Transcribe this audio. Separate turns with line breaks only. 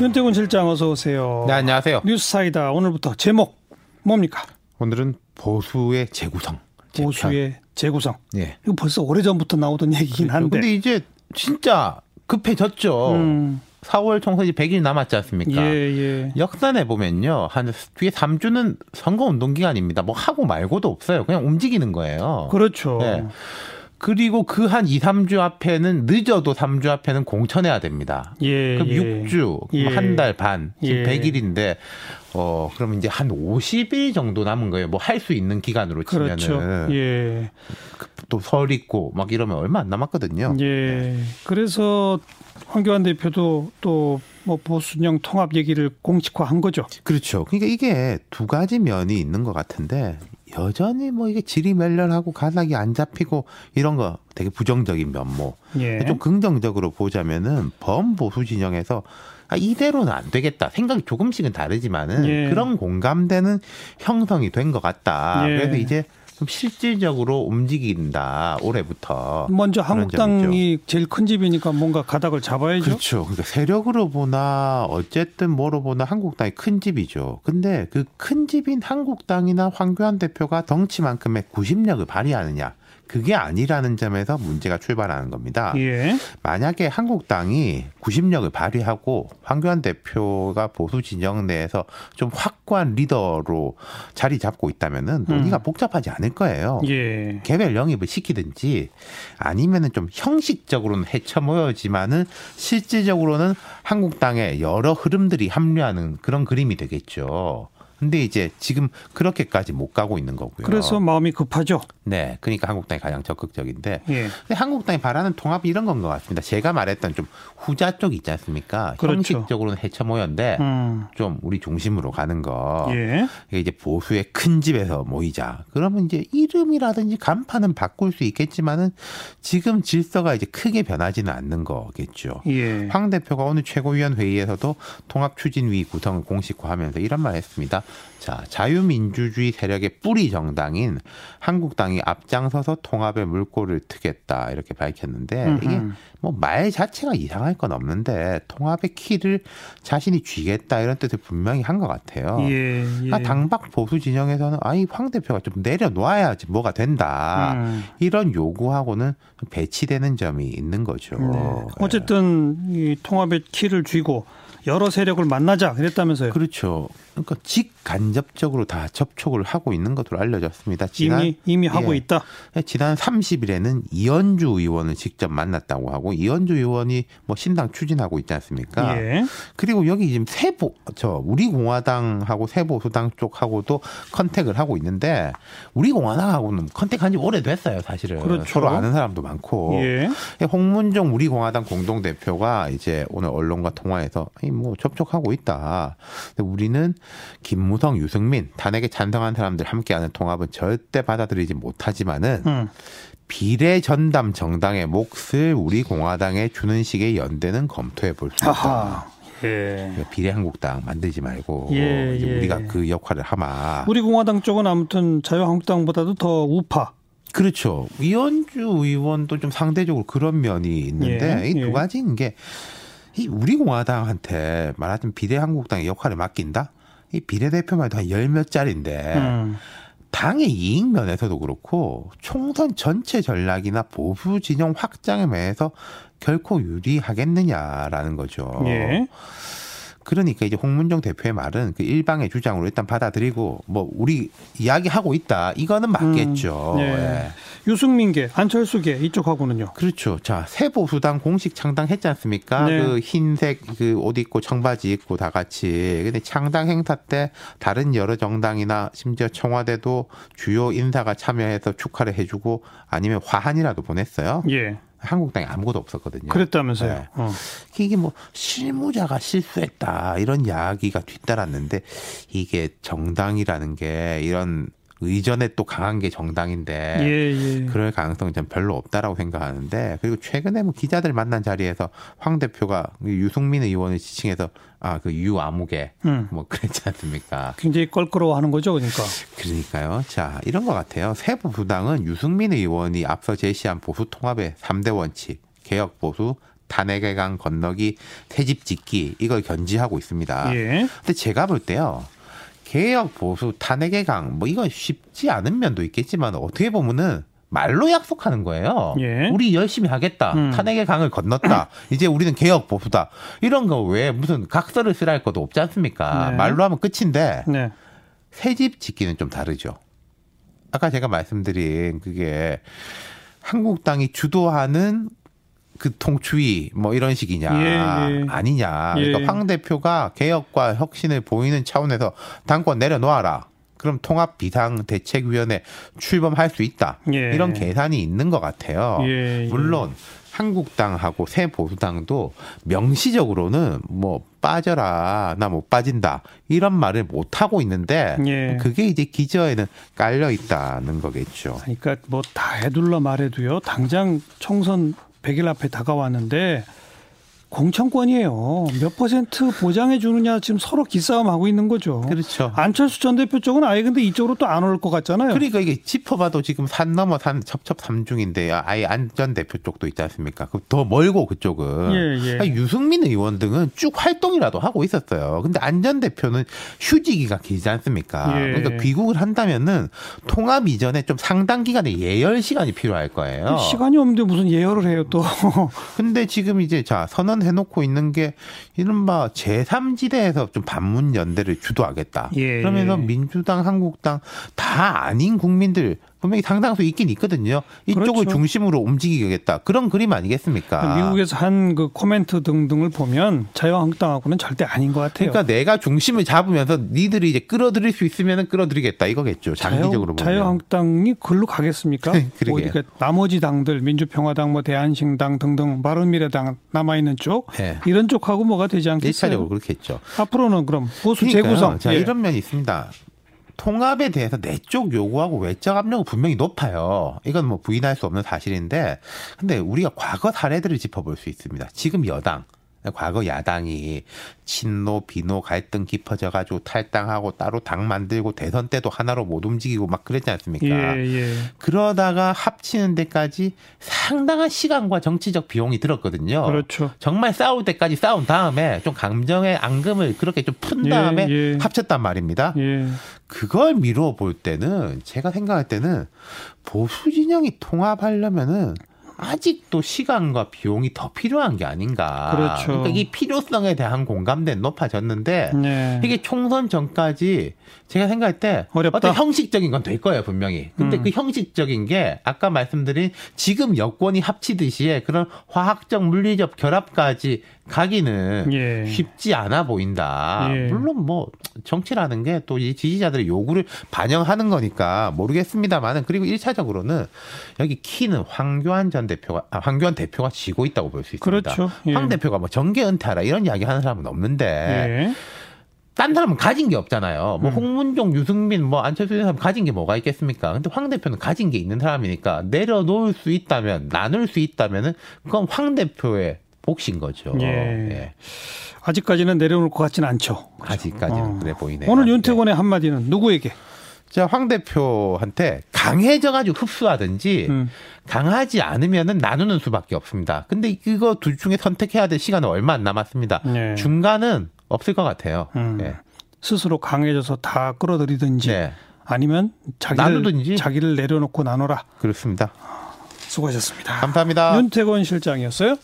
윤태곤 실장 어서 오세요.
네, 안녕하세요.
뉴스사이다 오늘부터 제목 뭡니까?
오늘은 보수의 재구성. 재편.
보수의 재구성.
예.
이거 벌써 오래전부터 나오던 얘기긴 한데.
그렇죠. 근데 이제 진짜 급해졌죠.
음.
4월 총선이 100일 남았지 않습니까?
예, 예.
역산해 보면요. 한 뒤에 3주는 선거 운동 기간입니다. 뭐 하고 말고도 없어요. 그냥 움직이는 거예요.
그렇죠.
예. 그리고 그 한 2, 3주 앞에는 늦어도 3주 앞에는 공천해야 됩니다.
예.
그럼
예.
6주,
예.
한 달 반, 지금
예.
100일인데, 어, 그럼 이제 한 50일 정도 남은 거예요. 뭐 할 수 있는 기간으로 치면은.
그렇죠. 예.
또 설 있고 막 이러면 얼마 안 남았거든요.
예.
네.
그래서 황교안 대표도 또 뭐 보수령 통합 얘기를 공식화한 거죠.
그렇죠. 그러니까 이게 두 가지 면이 있는 것 같은데 여전히 뭐 이게 질이 멸렬하고 가닥이 안 잡히고 이런 거 되게 부정적인 면모.
예.
네, 좀 긍정적으로 보자면은 범보수 진영에서 아, 이대로는 안 되겠다. 생각이 조금씩은 다르지만은
예.
그런 공감대는 형성이 된 것 같다.
예.
그래서 이제 좀 실질적으로 움직인다. 올해부터.
먼저
그런 점이죠.
한국당이 제일 큰 집이니까 뭔가 가닥을 잡아야죠.
그렇죠. 그러니까 세력으로 보나 어쨌든 뭐로 보나 한국당이 큰 집이죠. 근데 그 큰 집인 한국당이나 황교안 대표가 덩치만큼의 구심력을 발휘하느냐 그게 아니라는 점에서 문제가 출발하는 겁니다.
예.
만약에 한국당이 구심력을 발휘하고 황교안 대표가 보수 진영 내에서 좀 확고한 리더로 자리 잡고 있다면은 논의가 복잡하지 않을 거예요.
음. 예.
개별 영입을 시키든지 아니면은 좀 형식적으로는 헤쳐 모여지만은 실질적으로는 한국당의 여러 흐름들이 합류하는 그런 그림이 되겠죠. 근데 이제 지금 그렇게까지 못 가고 있는 거고요.
그래서 마음이 급하죠.
네, 그러니까 한국당이 가장 적극적인데
예.
근데 한국당이 바라는 통합이 이런 건 것 같습니다. 제가 말했던 좀 후자 쪽 있지 않습니까?
그렇죠.
형식적으로는 헤쳐 모였는데
음.
좀 우리 중심으로 가는 거.
예.
이게 이제 보수의 큰 집에서 모이자. 그러면 이제 이름이라든지 간판은 바꿀 수 있겠지만은 지금 질서가 이제 크게 변하지는 않는 거겠죠.
예.
황 대표가 오늘 최고위원 회의에서도 통합 추진위 구성을 공식화하면서 이런 말을 했습니다. 자, 자유민주주의 세력의 뿌리 정당인 한국당이 앞장서서 통합의 물꼬를 트겠다 이렇게 밝혔는데 이게 뭐 말 자체가 이상할 건 없는데 통합의 키를 자신이 쥐겠다 이런 뜻을 분명히 한 것 같아요.
예. 예.
아, 당박 보수 진영에서는 아이 황 대표가 좀 내려놓아야지 뭐가 된다
음.
이런 요구하고는 배치되는 점이 있는 거죠.
네. 어쨌든 이 통합의 키를 쥐고 여러 세력을 만나자 그랬다면서요.
그렇죠. 그러니까 직간접적으로 다 접촉을 하고 있는 것으로 알려졌습니다. 지난
이미 이미 하고
예.
있다.
지난 30일에는 이현주 의원을 직접 만났다고 하고 이현주 의원이 뭐 신당 추진하고 있지 않습니까?
예.
그리고 여기 지금 세보 저 우리 공화당하고 세보수당 쪽하고도 컨택을 하고 있는데 우리 공화당하고는 컨택한 지 오래됐어요, 사실은.
그렇죠.
서로 아는 사람도 많고.
예.
홍문종 우리 공화당 공동 대표가 이제 오늘 언론과 통화에서 이뭐 접촉하고 있다. 근데 우리는 김무성, 유승민 탄핵에 찬성한 사람들 함께하는 통합은 절대 받아들이지 못하지만은
음.
비례 전담 정당의 몫을 우리 공화당에 주는 식의 연대는 검토해 볼 수 있다. 그러니까
아하. 예.
비례 한국당 만들지 말고
예,
이제
예.
우리가 그 역할을 하마.
우리 공화당 쪽은 아무튼 자유한국당보다도 더 우파.
그렇죠. 이현주 의원도 좀 상대적으로 그런 면이 있는데
예,
이 두
예.
가지인 게 이 우리 공화당한테 말하자면 비례 한국당의 역할을 맡긴다. 이 비례 대표만 해도 한 열 몇 자리인데
음.
당의 이익 면에서도 그렇고 총선 전체 전략이나 보수 진영 확장에 매해서 결코 유리하겠느냐라는 거죠.
예.
그러니까 이제 홍문정 대표의 말은 그 일방의 주장으로 일단 받아들이고 뭐 우리 이야기하고 있다 이거는 맞겠죠.
음, 예.
예.
유승민계, 안철수계 이쪽하고는요.
그렇죠. 자, 새 보수당 공식 창당했지 않습니까?
네.
그 흰색 그 옷 입고 청바지 입고 다 같이. 근데 창당 행사 때 다른 여러 정당이나 심지어 청와대도 주요 인사가 참여해서 축하를 해주고 아니면 화환이라도 보냈어요.
예.
한국당에 아무것도 없었거든요.
그랬다면서요.
네.
어.
이게 뭐 실무자가 실수했다 이런 이야기가 뒤따랐는데 이게 정당이라는 게 이런 의전에 또 강한 게 정당인데
예, 예.
그럴 가능성이 전 별로 없다라고 생각하는데 그리고 최근에 뭐 기자들 만난 자리에서 황 대표가 이 유승민 의원을 지칭해서 아 그 유아무개
음.
뭐 그랬지 않습니까?
굉장히 껄끄러워하는 거죠, 그러니까.
그러니까요. 자 이런 것 같아요. 세부 부당은 유승민 의원이 앞서 제시한 보수 통합의 3대 원칙 개혁 보수 단핵에 강 건너기 새집 짓기 이걸 견지하고 있습니다.
예.
근데 제가 볼 때요. 개혁 보수 탄핵의 강 뭐 이건 쉽지 않은 면도 있겠지만 어떻게 보면은 말로 약속하는 거예요.
예.
우리 열심히 하겠다.
음.
탄핵의 강을 건넜다. 이제 우리는 개혁 보수다. 이런 거 왜 무슨 각서를 쓰라 할 것도 없지 않습니까?
네.
말로 하면 끝인데
네.
새 집 짓기는 좀 다르죠. 아까 제가 말씀드린 그게 한국당이 주도하는 그 통추위 뭐 이런 식이냐
예, 예.
아니냐.
예.
그러니까 황 대표가 개혁과 혁신을 보이는 차원에서 당권 내려놓아라. 그럼 통합 비상 대책위원회 출범할 수 있다.
예.
이런 계산이 있는 것 같아요.
예, 예.
물론 한국당하고 새 보수당도 명시적으로는 뭐 빠져라 나 못 빠진다 이런 말을 못 하고 있는데
예.
그게 이제 기저에는 깔려 있다는 거겠죠.
그러니까 뭐 다 해둘러 말해도요. 당장 총선 100일 앞에 다가왔는데 공천권이에요. 몇 퍼센트 보장해 주느냐 지금 서로 기싸움 하고 있는 거죠.
그렇죠.
안철수 전 대표 쪽은 아예 근데 이쪽으로 또 안 올 것 같잖아요.
그러니까 이게 짚어봐도 지금 산 넘어 산 첩첩 삼중인데 아예 안전 대표 쪽도 있지 않습니까? 그더 멀고 그쪽은
예, 예.
아니, 유승민 의원 등은 쭉 활동이라도 하고 있었어요. 근데 안전 대표는 휴지기가 길지 않습니까?
예.
그러니까 귀국을 한다면은 통합 이전에 좀 상당 기간의 예열 시간이 필요할 거예요.
시간이 없는데 무슨 예열을 해요 또.
근데 지금 이제 자 선언해 놓고 있는 게 이른바 제3지대에서 좀 반문 연대를 주도하겠다.
예,
그러면서
예.
민주당, 한국당 다 아닌 국민들 분명히 상당수 있긴 있거든요. 이쪽을
그렇죠.
중심으로 움직이겠다. 그런 그림 아니겠습니까?
미국에서 한 그 코멘트 등등을 보면 자유한국당하고는 절대 아닌 것 같아요.
그러니까 내가 중심을 잡으면서 니들이 이제 끌어들일 수 있으면 끌어들이겠다 이거겠죠. 장기적으로
자유,
보면.
자유한국당이 글로 가겠습니까?
그러게요.
뭐 그러니까 나머지 당들 민주평화당, 뭐 대한신당 등등 바른미래당 남아 있는 쪽
예.
이런 쪽하고 뭐가 되지 않겠어요?
일차적으로 그렇겠죠.
앞으로는 그럼 보수
그러니까요.
재구성
자,
예.
이런 면이 있습니다. 통합에 대해서 내적 요구하고 외적 압력은 분명히 높아요. 이건 뭐 부인할 수 없는 사실인데, 근데 우리가 과거 사례들을 짚어볼 수 있습니다. 지금 여당, 과거 야당이 친노 비노 갈등 깊어져가지고 탈당하고 따로 당 만들고 대선 때도 하나로 못 움직이고 막 그랬지 않습니까?
예, 예.
그러다가 합치는 데까지 상당한 시간과 정치적 비용이 들었거든요.
그렇죠.
정말 싸울 때까지 싸운 다음에 좀 감정의 앙금을 그렇게 좀 푼
예,
다음에
예.
합쳤단 말입니다.
예.
그걸 미루어 볼 때는 제가 생각할 때는 보수 진영이 통합하려면은 아직도 시간과 비용이 더 필요한 게 아닌가.
그렇죠.
러니까이 필요성에 대한 공감대는 높아졌는데
네.
이게 총선 전까지 제가 생각할 때
어렵다. 음.
어떤 형식적인 건 될 거예요 분명히. 근데 그 형식적인 게 아까 말씀드린 지금 여권이 합치듯이 그런 화학적 물리적 결합까지 가기는
예.
쉽지 않아 보인다.
예.
물론 뭐 정치라는 게 또 이 지지자들의 요구를 반영하는 거니까 모르겠습니다만은 그리고 일차적으로는 여기 키는 황교안 전 대표가 아, 황교안 대표가 지고 있다고 볼 수 있습니다.
그렇죠. 예.
황 네. 대표가 뭐 정계 은퇴하라 이런 이야기 하는 사람은 없는데
예.
딴 사람은 가진 게 없잖아요.
음.
뭐 홍문종, 유승민, 뭐 안철수 이런 사람 가진 게 뭐가 있겠습니까? 근데 황 대표는 가진 게 있는 사람이니까 내려놓을 수 있다면 나눌 수 있다면은 그건 황 대표의 몫인 거죠.
예. 아직까지는 내려올 것 같진 않죠.
아직까지는
어.
그래 보이네요.
오늘
네.
윤태곤의 한마디는 누구에게?
자, 황 대표한테 강해져가지고 흡수하든지
음.
강하지 않으면은 나누는 수밖에 없습니다. 근데 이거 둘 중에 선택해야 될 시간은 얼마 안 남았습니다.
네.
중간은 없을 것 같아요.
음.
예.
스스로 강해져서 다 끌어들이든지
네.
아니면 자기를
나누든지.
자기를 내려놓고 나눠라.
그렇습니다.
수고하셨습니다.
감사합니다.
윤태권 실장이었어요.